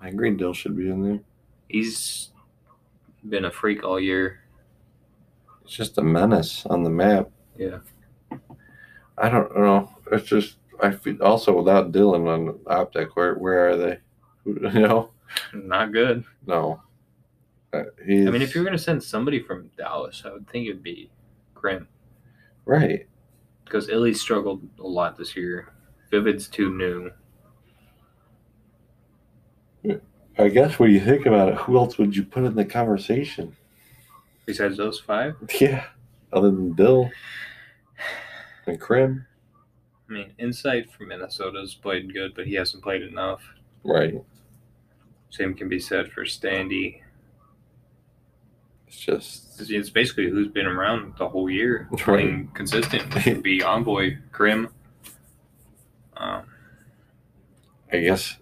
Speaker 1: I agree Dill should be in there.
Speaker 2: He's been a freak all year.
Speaker 1: It's just a menace on the map.
Speaker 2: Yeah.
Speaker 1: I don't know. It's just I feel also without Dylan on optic, where where are they? Who- You know?
Speaker 2: Not good.
Speaker 1: No. Uh,
Speaker 2: I
Speaker 1: he's,
Speaker 2: mean, if you're going to send somebody from Dallas, I would think it'd be Grim
Speaker 1: right,
Speaker 2: because Illy struggled a lot this year. Vivid's too new.
Speaker 1: I guess when you think about it, who else would you put in the conversation?
Speaker 2: Besides those five,
Speaker 1: Yeah, other than Dill and Krim,
Speaker 2: I mean, Insight from Minnesota's played good, but he hasn't played enough.
Speaker 1: right?
Speaker 2: Same can be said for Standy.
Speaker 1: It's just
Speaker 2: It's basically who's been around the whole year,
Speaker 1: Right.
Speaker 2: playing consistent. It would be Envoy, Grim. Um,
Speaker 1: I guess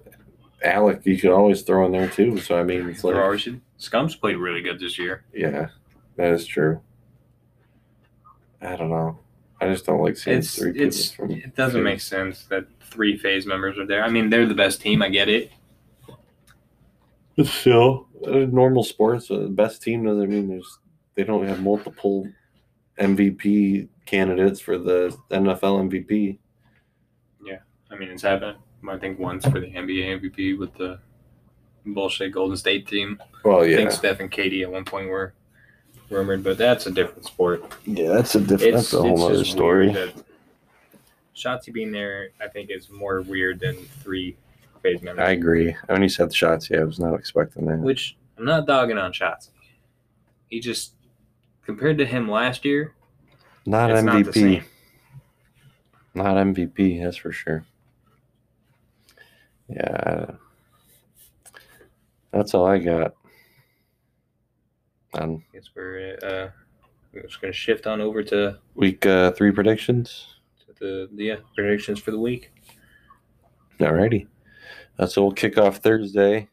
Speaker 1: Alec, you could always throw in there too. So I mean, it's like
Speaker 2: Throw ours in. Scum's played really good this year.
Speaker 1: yeah, that is true. I don't know. I just don't like seeing
Speaker 2: It's
Speaker 1: three people
Speaker 2: it's
Speaker 1: from.
Speaker 2: it doesn't make sense that three phase members are there. I mean, they're the best team. I get it.
Speaker 1: It's still uh, normal sports. uh, The best team doesn't mean there's they don't have multiple MVP candidates for the NFL MVP.
Speaker 2: Yeah. I mean, it's happened. I think once for the NBA MVP with the bullshit Golden State team.
Speaker 1: Well,
Speaker 2: I think
Speaker 1: yeah,
Speaker 2: Steph and Katie at one point were rumored, but that's a different sport.
Speaker 1: yeah, that's a different,
Speaker 2: It's
Speaker 1: that's a whole
Speaker 2: it's
Speaker 1: other
Speaker 2: just
Speaker 1: story.
Speaker 2: weird that Shotzi being there, I think, is more weird than three phase members.
Speaker 1: I agree. When you said the shots, yeah, I was not expecting that.
Speaker 2: Which I'm not dogging on Shotzi. He just compared to him last year,
Speaker 1: Not
Speaker 2: it's not the
Speaker 1: MVP.
Speaker 2: same.
Speaker 1: Not, MVP. That's for sure. Yeah, I- that's all I got. On
Speaker 2: I guess we're uh, we're just gonna shift on over to,
Speaker 1: week uh, three predictions.
Speaker 2: to the the yeah, predictions for the week.
Speaker 1: Alrighty. Uh, so we'll kick off Thursday.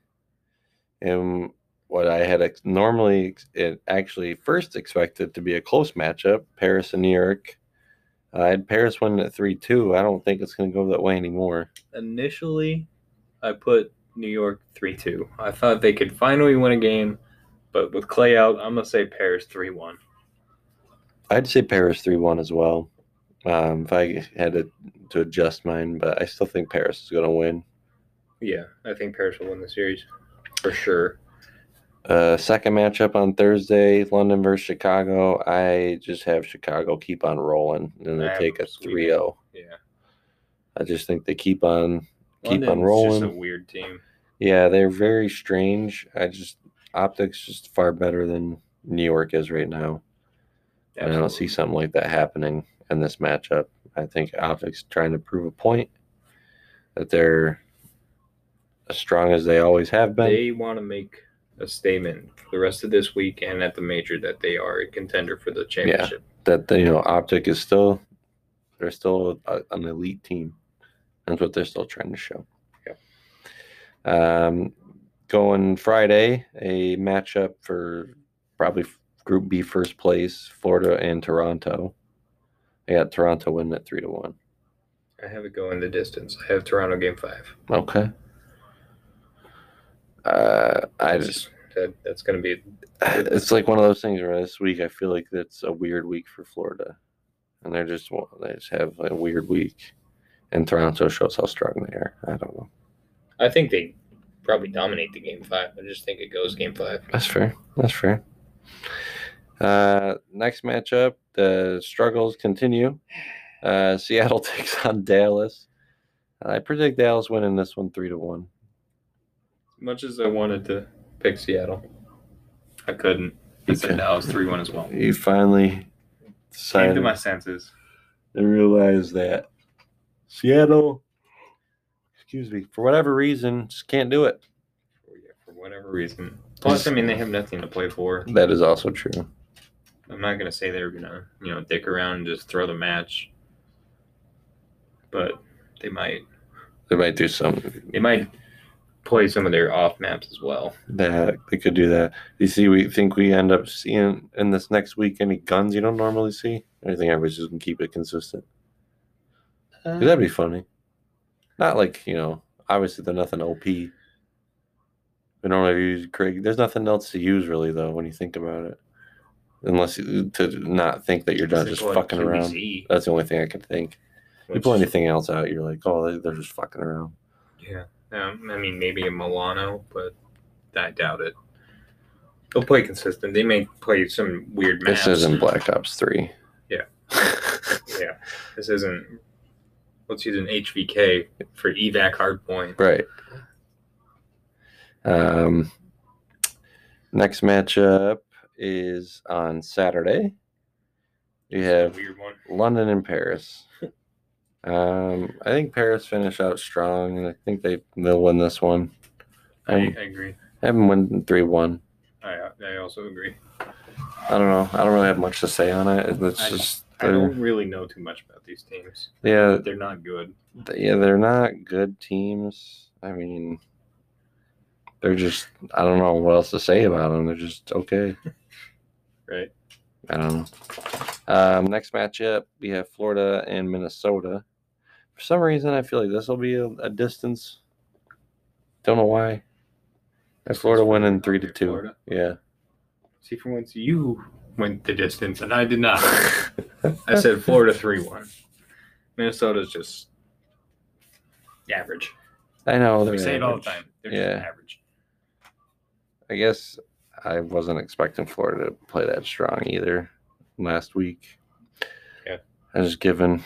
Speaker 1: And what I had ex- normally, ex- it actually first expected to be a close matchup Paris and New York. I had Paris winning at 3 2. I don't think it's going to go that way anymore.
Speaker 2: Initially, I put New York three two. I thought they could finally win a game, but with Clay out, I'm gonna say Paris three one.
Speaker 1: I'd say Paris 3 1 as well. Um, if I had to, to adjust mine, but I still think Paris is going to win.
Speaker 2: Yeah, I think Paris will win the series for sure.
Speaker 1: Uh, second matchup on Thursday, London versus Chicago. I just have Chicago keep on rolling and
Speaker 2: I
Speaker 1: they
Speaker 2: have
Speaker 1: take a
Speaker 2: them
Speaker 1: 3
Speaker 2: sweeping.
Speaker 1: 0.
Speaker 2: Yeah,
Speaker 1: I just think they keep on Keep on
Speaker 2: Just a
Speaker 1: rolling.
Speaker 2: weird team.
Speaker 1: Yeah, they're very strange. I just optics just far better than New York is right now. And I don't see
Speaker 2: Absolutely.
Speaker 1: something like that happening in this matchup. I think optics trying to prove a point that they're as strong as they always have been.
Speaker 2: They want to make a statement for the rest of this week and at the major that they are a contender for the championship.
Speaker 1: that they, you know, optic is still they're still a, an elite team. That's what they're still trying to show. Um, going Friday, a matchup for probably f- Group B first place, Florida and Toronto. I got Toronto winning at three to one.
Speaker 2: I have it going the distance. I have Toronto game five.
Speaker 1: Okay. Uh, I
Speaker 2: I
Speaker 1: just
Speaker 2: just that, that's going to be
Speaker 1: it's like one of those things where this week I feel like it's a weird week for Florida, and they're just wa- they just have a weird week, and Toronto shows how strong they are. I don't know.
Speaker 2: I think they probably dominate the game five. I just think it goes game five.
Speaker 1: That's fair. That's fair. Uh, next matchup, the struggles continue. Uh, Seattle takes on Dallas. I predict Dallas winning this one three to one.
Speaker 2: As much as I wanted to pick Seattle, I couldn't. I
Speaker 1: Okay.
Speaker 2: said Dallas three one as well.
Speaker 1: You finally
Speaker 2: Came to
Speaker 1: decided
Speaker 2: my senses.
Speaker 1: I realize that Seattle, excuse me, for whatever reason, just can't do it.
Speaker 2: For whatever reason. Plus, I mean, they have nothing to play for.
Speaker 1: That is also true.
Speaker 2: I'm not gonna say they were gonna, you know, dick around and just throw the match, but they might.
Speaker 1: They might do something
Speaker 2: They might play some of their off maps as well.
Speaker 1: that they could do that. You see, we think we end up seeing in this next week any guns you don't normally see. I think everybody's just gonna keep it consistent.
Speaker 2: Mm-hmm.
Speaker 1: 'Cause that'd be funny. Not like you know, obviously they're nothing OP. We normally use Craig. There's nothing else to use really though when you think about it, unless you, to not think that you're not
Speaker 2: They
Speaker 1: just
Speaker 2: play
Speaker 1: fucking around.
Speaker 2: QBZ,
Speaker 1: That's the only thing I can think. you
Speaker 2: which-
Speaker 1: pull anything else out, you're like, oh, they- they're just fucking around.
Speaker 2: Yeah, um, I mean maybe a Milano, but I doubt it. They'll play consistent. They may play some weird maps.
Speaker 1: This isn't Black Ops Three.
Speaker 2: Yeah.
Speaker 1: Yeah.
Speaker 2: Yeah, this isn't. Let's use an HVK for evac hardpoint.
Speaker 1: right. Um, next matchup is on Saturday. You have
Speaker 2: Weird one.
Speaker 1: London and Paris. Um, I think Paris finish out strong, and I think they they'll win this one.
Speaker 2: I,
Speaker 1: Um,
Speaker 2: I agree.
Speaker 1: Have them win three one.
Speaker 2: I I also agree.
Speaker 1: I don't know. I don't really have much to say on it. It's
Speaker 2: I-
Speaker 1: just
Speaker 2: I
Speaker 1: they're-
Speaker 2: don't really know too much about these teams.
Speaker 1: yeah,
Speaker 2: They're not good.
Speaker 1: th- yeah, they're not good teams. I mean, they're just I don't know what else to say about them. They're just okay.
Speaker 2: Right.
Speaker 1: I don't know. Um, next matchup, we have Florida and Minnesota. For some reason, I feel like this will be a, a distance. Don't know why. I have Florida winning three to two.
Speaker 2: Florida.
Speaker 1: Yeah.
Speaker 2: See, for once you went the distance and I did not. I said Florida three one. Minnesota's just average.
Speaker 1: I know.
Speaker 2: we
Speaker 1: they're
Speaker 2: say it all the
Speaker 1: average.
Speaker 2: time. They're
Speaker 1: Yeah.
Speaker 2: just average.
Speaker 1: I guess I wasn't expecting Florida to play that strong either last week.
Speaker 2: Yeah.
Speaker 1: I was given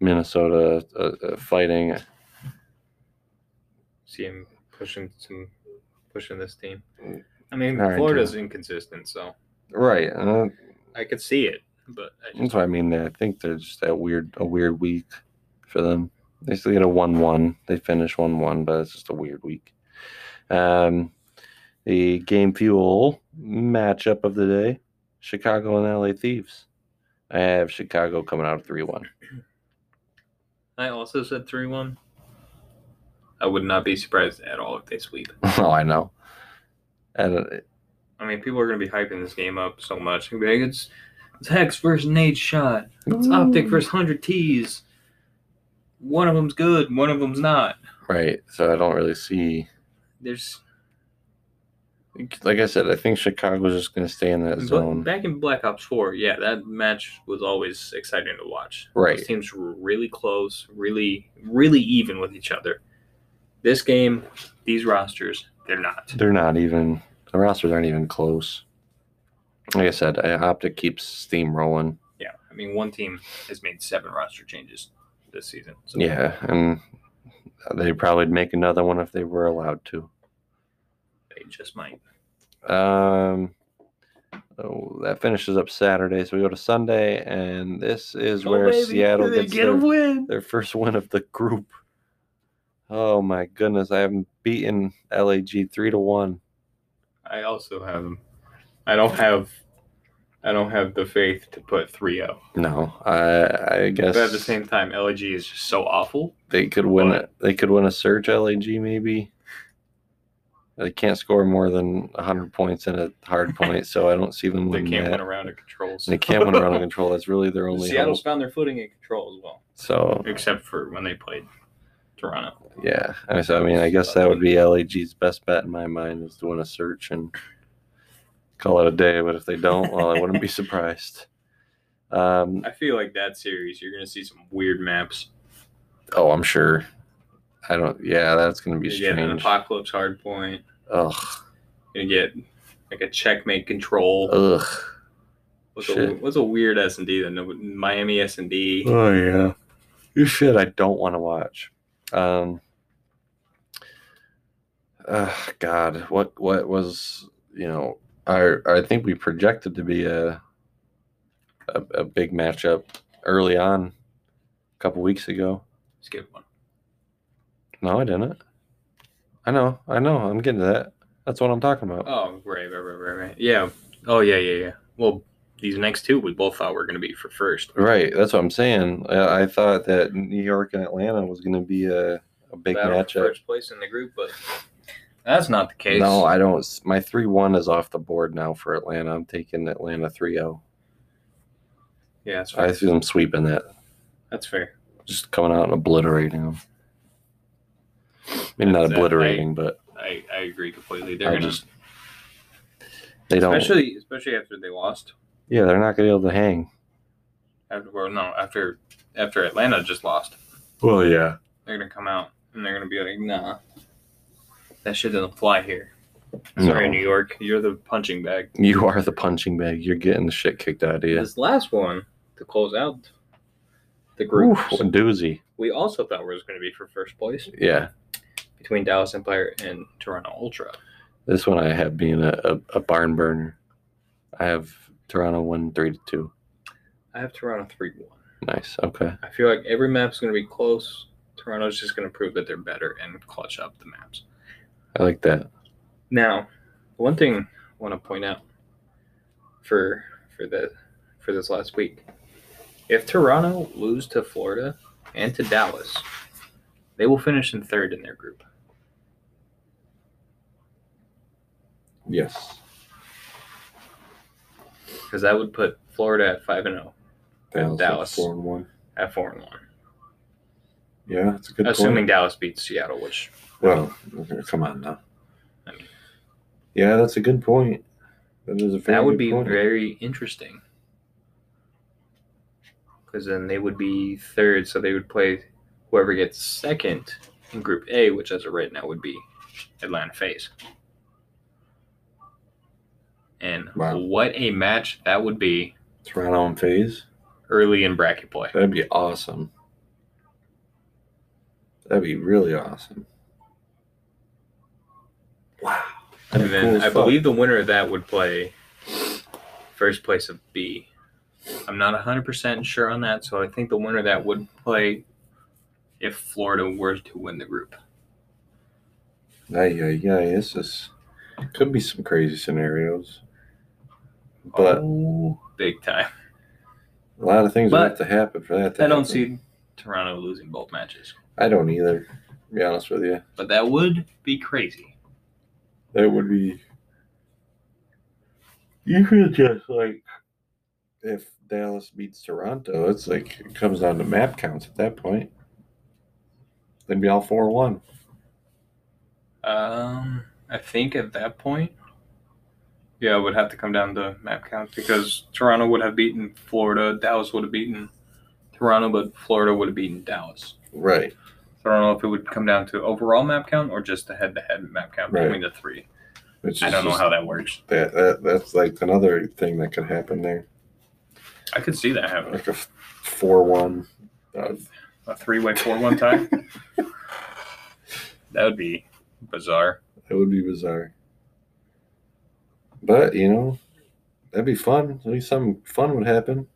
Speaker 1: Minnesota a, a fighting.
Speaker 2: See him pushing some, pushing this team. I mean,
Speaker 1: All right,
Speaker 2: Florida's inconsistent, so
Speaker 1: Right. uh,
Speaker 2: I could see it, but I just,
Speaker 1: that's what I mean. I think they're just that weird, a weird week for them. They still get a 1 1. They finish 1 1, but it's just a weird week. Um, the Game Fuel matchup of the day Chicago and LA Thieves. I have Chicago coming out 3 1.
Speaker 2: I also said three one. I would not be surprised at all if they sweep.
Speaker 1: Oh, I know. And uh,
Speaker 2: I mean, people are going to be hyping this game up so much. They're gonna be like, It's, it's Hex versus Nate Shot. It's Optic versus 100 T's. One of them's good, one of them's not.
Speaker 1: right. So I don't really see.
Speaker 2: There's
Speaker 1: Like I said, I think Chicago's just going to stay in that
Speaker 2: but
Speaker 1: zone.
Speaker 2: back in Black Ops 4, yeah, that match was always exciting to watch.
Speaker 1: Right.
Speaker 2: Those teams were really close, really, really even with each other. This game, these rosters, they're not.
Speaker 1: They're not even. The rosters aren't even close. Like I said, I Optic keeps steamrolling.
Speaker 2: Yeah, I mean, one team has made seven roster changes this season. So
Speaker 1: Yeah, and they probably make another one if they were allowed to.
Speaker 2: they just might.
Speaker 1: Um, so that finishes up Saturday, so we go to Sunday, and this is where Seattle
Speaker 2: Oh, they
Speaker 1: gets
Speaker 2: get
Speaker 1: their,
Speaker 2: a win.
Speaker 1: their first win of the group. Oh my goodness, I haven't beaten LAG three to one.
Speaker 2: I also have them. I don't have. I don't have the faith to put 3-0.
Speaker 1: No, I I guess
Speaker 2: But at the same time, LAG is just so awful.
Speaker 1: they could win
Speaker 2: but-
Speaker 1: it. They could win a surge LAG maybe. They can't score more than hundred points in a hard point, so I don't see them
Speaker 2: They
Speaker 1: winning
Speaker 2: can't win
Speaker 1: that.
Speaker 2: around of controls.
Speaker 1: They can't win around control. That's really their only
Speaker 2: Seattle's
Speaker 1: hope.
Speaker 2: found their footing in control as well,
Speaker 1: So
Speaker 2: except for when they played Toronto.
Speaker 1: yeah, I mean, so, I mean, I guess that would be LAG's best bet in my mind is to win a search and call it a day. But if they don't, well, I wouldn't be surprised. Um,
Speaker 2: I feel like that series, you're gonna see some weird maps.
Speaker 1: Oh, I'm sure. I don't. Yeah, that's gonna be
Speaker 2: You get an
Speaker 1: strange.
Speaker 2: apocalypse hardpoint.
Speaker 1: Ugh.
Speaker 2: You get like a checkmate control.
Speaker 1: Ugh.
Speaker 2: What's a,
Speaker 1: Oh, shit.
Speaker 2: what's a weird S and D? The no- Miami S and D.
Speaker 1: Oh yeah. This shit I don't want to watch. Um. Uh, God, what what was you know? I I think we projected to be a a, a big matchup early on, a couple weeks ago.
Speaker 2: Skip one.
Speaker 1: No, I didn't. I know, I know. I'm getting to that. That's what I'm talking about.
Speaker 2: Oh, right, right, right, right, right. Yeah. Oh, yeah, yeah, yeah. Well, these next two we both thought were going to be for first.
Speaker 1: Right, that's what I'm saying. I, I thought that New York and Atlanta was going to be a, a big
Speaker 2: Battle for
Speaker 1: matchup.
Speaker 2: First place in the group, but that's not the case.
Speaker 1: No, I don't. s- My 3 1 is off the board now for Atlanta. I'm taking Atlanta 3 0.
Speaker 2: yeah, that's fair.
Speaker 1: I see them sweeping that,
Speaker 2: that's fair.
Speaker 1: just coming out and obliterating them. Maybe not
Speaker 2: That's it.
Speaker 1: obliterating, but
Speaker 2: I, I agree completely.
Speaker 1: I
Speaker 2: They're going to,
Speaker 1: just they don't.
Speaker 2: especially especially after they lost.
Speaker 1: yeah, they're not going to be able to hang.
Speaker 2: After well, no, after after Atlanta just lost,
Speaker 1: Well, yeah.
Speaker 2: they're going to come out and they're going to be like, nah, that shit doesn't fly here.
Speaker 1: No.
Speaker 2: Sorry, New York, you're the punching bag.
Speaker 1: You are the punching bag. You're getting the shit kicked out of you.
Speaker 2: This last one to close out the group.
Speaker 1: Oof, a doozy.
Speaker 2: we also thought was going to be for first place
Speaker 1: Yeah,
Speaker 2: between Dallas Empire and Toronto Ultra.
Speaker 1: this one I have being a, a, a barn burner. I have Toronto 1 3 to 2.
Speaker 2: I have Toronto 3 1.
Speaker 1: Nice. Okay.
Speaker 2: I feel like every map's going to be close. Toronto's just going to prove that they're better and clutch up the maps.
Speaker 1: I like that.
Speaker 2: Now, one thing I want to point out for for the for this last week. If Toronto lose to Florida and to Dallas, they will finish in third in their group.
Speaker 1: Yes.
Speaker 2: Because that would put Florida at five and zero Dallas, Dallas. four
Speaker 1: and 1.
Speaker 2: at four and one.
Speaker 1: Yeah, it's a good
Speaker 2: Assuming Dallas beats Seattle, which
Speaker 1: Well, come on now.
Speaker 2: I mean-
Speaker 1: Yeah, that's a good point. That is a very
Speaker 2: That would
Speaker 1: good
Speaker 2: be
Speaker 1: point.
Speaker 2: very interesting. Because then they would be third, so they would play Whoever gets second in Group A, which as of right now would be Atlanta Phase. And
Speaker 1: Wow.
Speaker 2: what a match that would be
Speaker 1: Toronto and Phase.
Speaker 2: early in bracket play.
Speaker 1: That'd be awesome. That'd be really awesome. Wow.
Speaker 2: And
Speaker 1: That'd be
Speaker 2: then
Speaker 1: cool as
Speaker 2: I
Speaker 1: fuck.
Speaker 2: believe the winner of that would play first place of B. I'm not 100% sure on that, so I think the winner of that would play if Florida were to win the group.
Speaker 1: Ay, ay, ay, this is could be some crazy scenarios. But
Speaker 2: Oh, big time.
Speaker 1: a lot of things
Speaker 2: But
Speaker 1: would have to happen for that to
Speaker 2: I don't
Speaker 1: happen.
Speaker 2: see Toronto losing both matches,
Speaker 1: I don't either, to be honest with you.
Speaker 2: but that would be crazy.
Speaker 1: That would be you could just like if Dallas beats Toronto, it's like it comes down to map counts at that point. They'd be all four one.
Speaker 2: Um, I think at that point, yeah, it would have to come down to map counts because Toronto would have beaten Florida, Dallas would have beaten Toronto, but Florida would have beaten Dallas.
Speaker 1: Right.
Speaker 2: So I don't know if it would come down to overall map count or just the head-to-head map count
Speaker 1: Right.
Speaker 2: between the three.
Speaker 1: Which is
Speaker 2: I don't know
Speaker 1: just-
Speaker 2: how that works.
Speaker 1: that, that that's like another thing that could happen there.
Speaker 2: I could see that happening.
Speaker 1: Like a four one. Uh,
Speaker 2: A three-way four-one tie. that would be bizarre.
Speaker 1: That would be bizarre. But you know, that'd be fun. At least something fun would happen.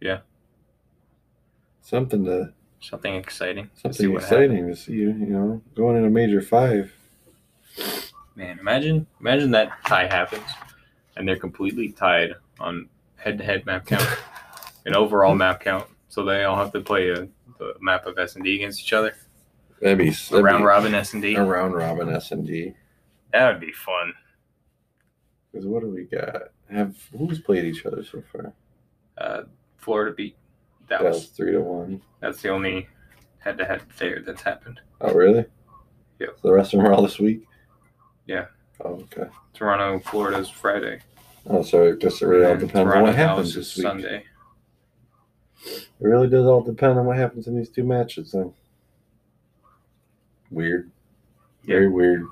Speaker 2: Yeah.
Speaker 1: Something to
Speaker 2: Something exciting. to see
Speaker 1: something
Speaker 2: what happens.
Speaker 1: exciting to see you. You know, going in a major five.
Speaker 2: Man, imagine imagine that tie happens, and they're completely tied on head-to-head map count and overall map count. So they all have to play a, the map of S and D against each other.
Speaker 1: That'd be
Speaker 2: A
Speaker 1: that'd
Speaker 2: round
Speaker 1: be-
Speaker 2: robin S and D.
Speaker 1: A round robin S and D.
Speaker 2: That would be fun.
Speaker 1: Because what do we got? Have who's played each other so far?
Speaker 2: Uh, Florida beat
Speaker 1: That
Speaker 2: Dallas.
Speaker 1: was three to one.
Speaker 2: That's the only head-to-head there that's happened.
Speaker 1: Oh really?
Speaker 2: Yeah.
Speaker 1: So the rest of them are all this week.
Speaker 2: Yeah.
Speaker 1: Oh, okay.
Speaker 2: Toronto, Florida's Friday.
Speaker 1: Oh, so it just it really all
Speaker 2: and
Speaker 1: depends on
Speaker 2: Toronto,
Speaker 1: what
Speaker 2: Dallas
Speaker 1: happens
Speaker 2: is
Speaker 1: this week.
Speaker 2: Sunday.
Speaker 1: It really does all depend on what happens in these two matches, then. Weird. Very weird.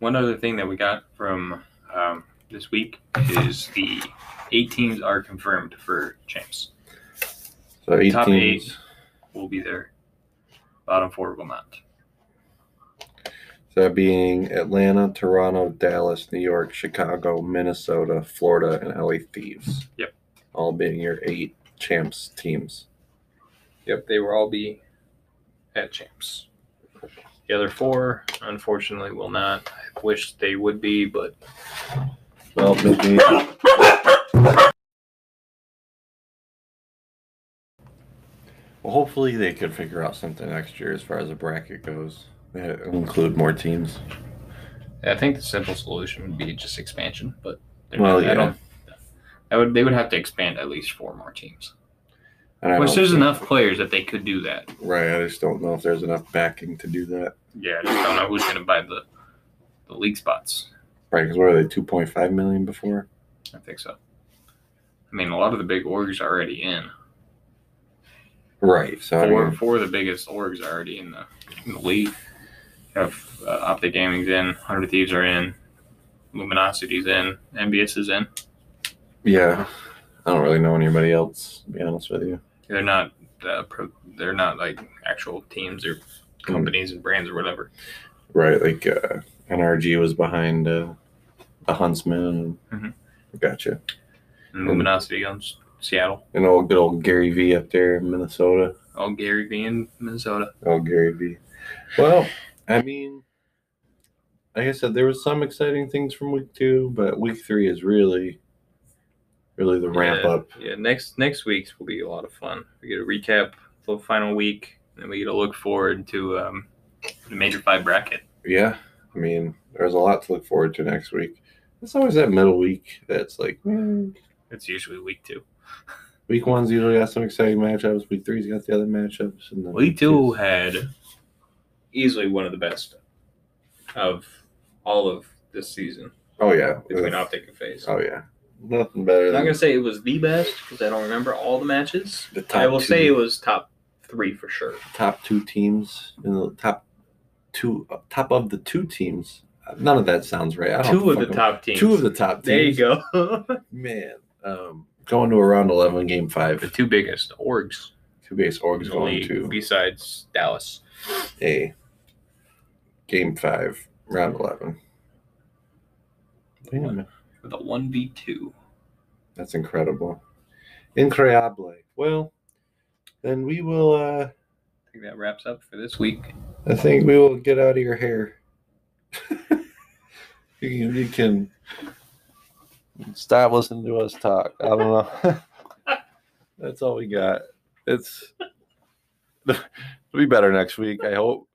Speaker 2: One other thing that we got from um, this week is the eight teams are confirmed for champs.
Speaker 1: So eight
Speaker 2: Top
Speaker 1: teams.
Speaker 2: eight will be there. Bottom four will not.
Speaker 1: So that being Atlanta, Toronto, Dallas, New York, Chicago, Minnesota, Florida, and LA Thieves.
Speaker 2: Yep.
Speaker 1: All being your eight champs teams.
Speaker 2: Yep, they will all be at champs. The other four, unfortunately, will not. I wish they would be, but
Speaker 1: Well, maybe Well, hopefully they could figure out something next year as far as the bracket goes. That include more teams.
Speaker 2: I think the simple solution would be just expansion. But they're
Speaker 1: Well,
Speaker 2: not-
Speaker 1: yeah.
Speaker 2: I don't. I would. They would have to expand at least four more teams.
Speaker 1: And I
Speaker 2: Which
Speaker 1: don't
Speaker 2: there's
Speaker 1: see-
Speaker 2: enough players that they could do that.
Speaker 1: Right, I just don't know if there's enough backing to do that.
Speaker 2: Yeah, I just don't know who's going to buy the the league spots.
Speaker 1: Right, because what are they, 2.5 million before?
Speaker 2: I think so. I mean, a lot of the big orgs are already in.
Speaker 1: Right, so I
Speaker 2: Four,
Speaker 1: mean,
Speaker 2: four of the biggest orgs are already in the, in the league. You have uh, Optic Gaming's in, Hundred Thieves are in, Luminosity's in, NBS is in.
Speaker 1: yeah, I don't really know anybody else, to be honest with you.
Speaker 2: They're not uh, pro, they're not like actual teams or companies and brands or whatever.
Speaker 1: Right, like uh, NRG was behind uh, the Huntsman.
Speaker 2: Mhm.
Speaker 1: Gotcha.
Speaker 2: And Luminosity owns Seattle.
Speaker 1: And old good old Gary V up there in Minnesota.
Speaker 2: Oh, Gary V in Minnesota.
Speaker 1: Oh, Gary V. Well, I mean, like I said, there was some exciting things from week two, but week three is really, really the ramp
Speaker 2: Yeah.
Speaker 1: up.
Speaker 2: Yeah, next next week's will be a lot of fun. We get a recap the final week, and we get to look forward to um, the major five bracket.
Speaker 1: yeah, I mean, there's a lot to look forward to next week. It's always that middle week that's like mm.
Speaker 2: It's usually week two.
Speaker 1: week one's usually got some exciting matchups. Week three's got the other matchups, and then
Speaker 2: We too
Speaker 1: two's-
Speaker 2: had easily one of the best of all of this season
Speaker 1: Oh yeah,
Speaker 2: between
Speaker 1: Uh,
Speaker 2: Optic and Phase.
Speaker 1: Oh yeah, nothing better
Speaker 2: I'm not
Speaker 1: than
Speaker 2: gonna say it was the best because I don't remember all the matches.
Speaker 1: the top
Speaker 2: I will
Speaker 1: two.
Speaker 2: say it was top three for sure.
Speaker 1: top two teams in the top two top of the two teams. None of that sounds right. I don't
Speaker 2: Two of the
Speaker 1: fucking-
Speaker 2: top teams.
Speaker 1: Two of the top teams.
Speaker 2: There you go.
Speaker 1: Man, um, going to a round eleven, game
Speaker 2: the
Speaker 1: five.
Speaker 2: two biggest orgs
Speaker 1: Two base
Speaker 2: in
Speaker 1: orgs
Speaker 2: the
Speaker 1: going
Speaker 2: league
Speaker 1: to
Speaker 2: besides Dallas.
Speaker 1: a game five, round eleven. Damn,
Speaker 2: With a 1v2.
Speaker 1: that's incredible. Increíble. Well, then we will. uh
Speaker 2: I think that wraps up for this week.
Speaker 1: I think we will get out of your hair. you, can, you can stop listening to us talk. I don't know. That's all we got. It's it'll be better next week. I hope.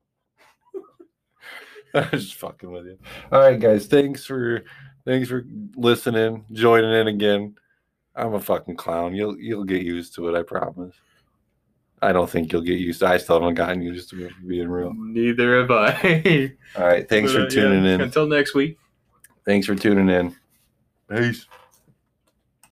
Speaker 1: I was just fucking with you. All right, guys. Thanks for thanks for listening, joining in again. I'm a fucking clown. You'll you'll get used to it. I promise. I don't think you'll get used. To, I still haven't gotten used to it being real.
Speaker 2: Neither have I.
Speaker 1: All right. Thanks for
Speaker 2: But, uh, yeah,
Speaker 1: tuning in.
Speaker 2: Until next week.
Speaker 1: Thanks for tuning in. Peace.